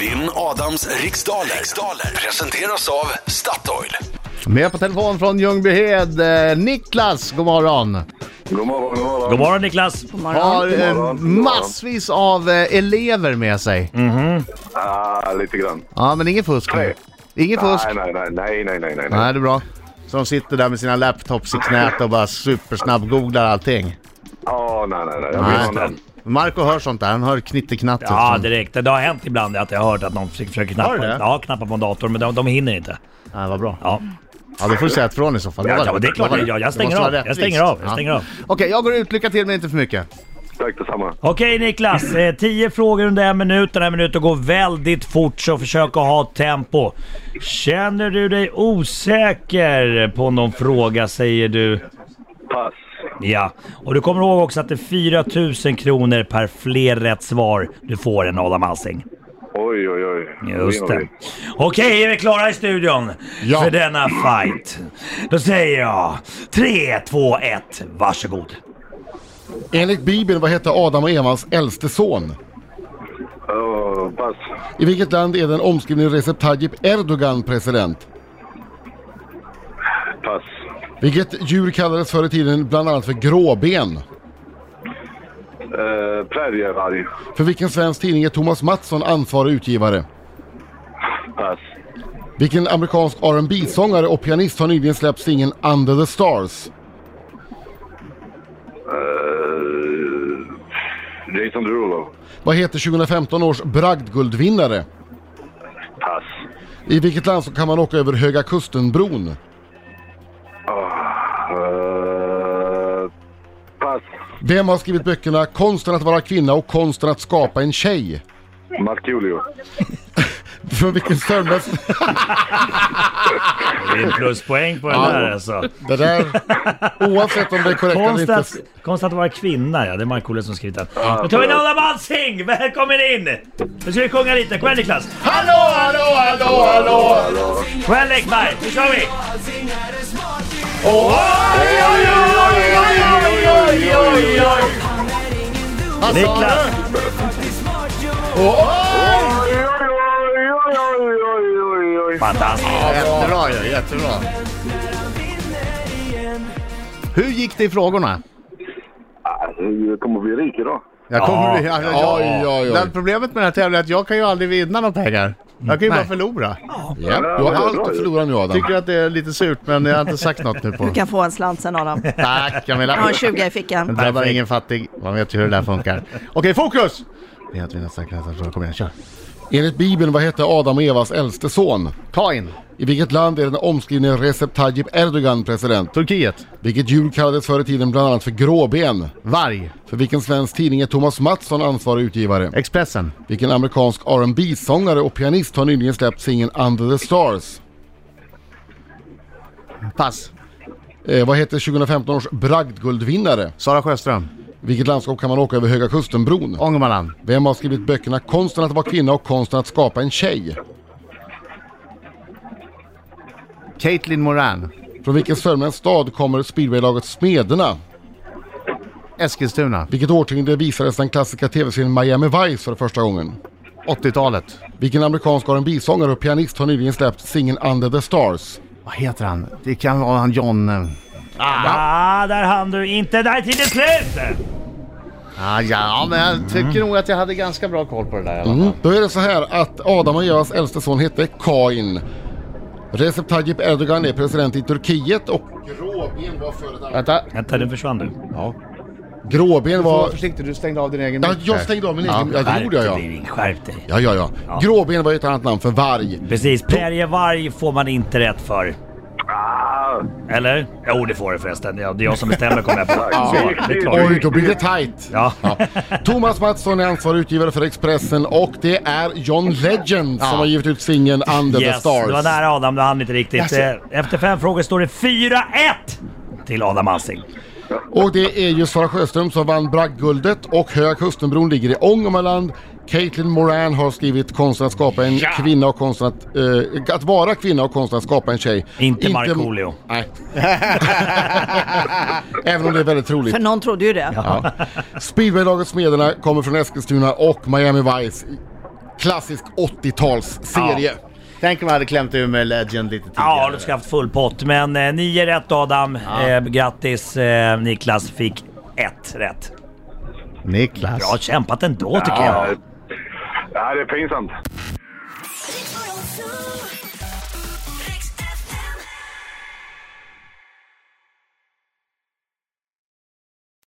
Vinn Adams riksdaler. riksdaler presenteras av Statoil. Med på telefon från Ljungbyhed, eh, Niklas, god morgon. God morgon, god morgon. God morgon Niklas! Har eh, morgon, god morgon. massvis av eh, elever med sig. Ah, lite grann. Ja, men inget fusk nu. Nej. Inget fusk. Nej, nej, nej, nej, nej, nej, nej. Nej, det är bra. Så de sitter där med sina laptops i knät och bara supersnabb-googlar allting. Ah, nej, nej, nej. Jag Nej. vill ha den. Marco hör sånt där, han hör knitteknatt. Ja, också. direkt. Det har hänt ibland att jag har hört att någon försöker försöker knappa, Har du det? ja, knappa på en dator, men de, de hinner inte. Nej, vad bra. Ja. Ja, då får du säga ifrån i så fall. Ja, Lovar ja, du? det är klart Lovar du? jag gör. Jag Det stänger måste av. vara Jag rättvist. stänger av. Jag Ja. stänger av. Okej, jag går ut. Lycka till, men inte för mycket. Tack detsamma. Okej Niklas, eh, tio frågor under en minut. Den här minuten går väldigt fort så försök att ha tempo. Känner du dig osäker på någon fråga säger du? Pass. Ja. Och du kommer ihåg också att det är 4 000 kronor per fler rätt svar du får än Adam Alsing. Oj, oj, oj. Just Oj, det. oj. Okej, är vi klara i studion Ja. för denna fight? Då säger jag 3, 2, 1, varsågod. Enligt Bibeln, vad hette Adam och Evas äldste son? Åh, pass. I vilket land är den omskrivne Recep Tayyip Erdogan president? Pass. Vilket djur kallades förr i tiden bland annat för gråben? Eh, Prärievarg. För vilken svensk tidning är Thomas Mattsson ansvarig utgivare? Pass. Vilken amerikansk rb sångare och pianist har nyligen släppt singeln Under the Stars? Eh, Jason Derulo. Vad heter 2015 års bragdguldvinnare? Pass. I vilket land så kan man åka över Höga Kusten-bron? Ah, Eh, pass. Vem har skrivit böckerna Konsten att vara kvinna och Konsten att skapa en tjej? Markoolio. För vilken sömnlös... Det är en pluspoäng på den där alltså. Det där... Oavsett om det är korrekt eller Konst inte... att, konst att vara kvinna ja, det är Markoolio som skrivit den. Då tar vi in Adam Alsing! Välkommen in! Nu ska vi sjunga lite. Kom igen Niklas! Hallå, hallå, hallå, hallå! Kom igen Läckberg, nu kör vi! Oj, oj, oj, oj, oj, oj, oj, oj! Niklas! Oj, oj, oj, oj, oj, oj, oj. Fantastiskt! Jättebra ju, jättebra. Hur gick det i frågorna? Ah, Jag kommer bli rik idag. Jag Ja. kommer bli... Ja, ja, Oj, oj, oj. Det här problemet med den här tävlingen är att jag kan ju aldrig vinna några pengar. Jag kan ju bara Nej. förlora. Mm. Ja, du har allt att förlora nu Adam. Tycker att det är lite surt men jag har inte sagt något nu på... Du kan få en slant sen Adam. Tack Camilla. Jag har en 20 i Den fickan. drabbar ingen fattig. Man vet ju hur det där funkar. Okej, fokus! Det är att vi nästan kan nästan fråga. Kom igen, kör. Enligt Bibeln, vad hette Adam och Evas äldste son? Kain, I vilket land är den omskrivne Recep Tayyip Erdogan president? Turkiet, Vilket djur kallades förr i tiden bland annat för gråben? Varg, För vilken svensk tidning är Thomas Mattsson ansvarig utgivare? Expressen, Vilken amerikansk rb sångare och pianist har nyligen släppt singeln Under the Stars? Pass, Eh, vad heter 2015 års bragdguldvinnare? Sara Sjöström, Vilket landskap kan man åka över Höga Kusten-bron? Ångermanland, Vem har skrivit böckerna Konsten att vara kvinna och Konsten att skapa en tjej? Caitlin Moran, Från vilken sörmländsk stad kommer speedwaylaget Smederna? Eskilstuna, Vilket årtionde visades den klassiska tv-serien Miami Vice för första gången? 80-talet. Vilken amerikansk R&B-sångare och pianist har nyligen släppt singeln Under the Stars? Vad heter han? Det kan vara han John... eh, Ah, där hann du inte. Där är tiden slut! Ah, ja, men jag tycker nog att jag hade ganska bra koll på det där i alla fall. Mm. Då är det så här att Adam och Evas äldste son hette Kain. Recep Tayyip Erdogan är president i Turkiet och Gråben var före ett Vänta. Vänta, nu försvann du. Ja. Gråben Var var... försiktig, du stängde av din egen Ja, mick jag där. stängde av min egen... Ja, det Skärp gjorde jag ja. dig, Ring. Skärp dig. Ja, ja, ja. Gråben var ju ett annat namn för varg. Precis, prärievarg får man inte rätt för. Ah, Eller? Jo, det får du förresten. Ja, det är jag som bestämmer kommer jag på. Ja. det är klart. Oj, då blir det tight. Ja. Thomas Mattsson är ansvarig utgivare för Expressen och det är John Legend som har givit ut singeln Under the Yes, Stars. det var nära Adam. Du hann inte riktigt. Eh, Efter fem frågor står det 4-1 till Adam Alsing. Och det är ju Sara Sjöström som vann Bragdguldet och Höga Kustenbron ligger i Ångermanland. Caitlin Moran har skrivit konsten att skapa en kvinna och konsten att, eh, att vara kvinna och konsten att skapa en tjej. Inte Markoolio. Nej. Även om det är väldigt troligt. För någon trodde ju det. Ja. Speedwaylaget Smederna kommer från Eskilstuna och Miami Vice klassisk 80-talsserie. Tänk om jag hade klämt ur med Legend lite tidigare. Ja, du ska haft full pott. Men eh, nio rätt Adam. Eh, grattis eh, Niklas fick ett rätt. Niklas. Bra kämpat ändå tycker jag. Ja, det är pinsamt. Rick 102.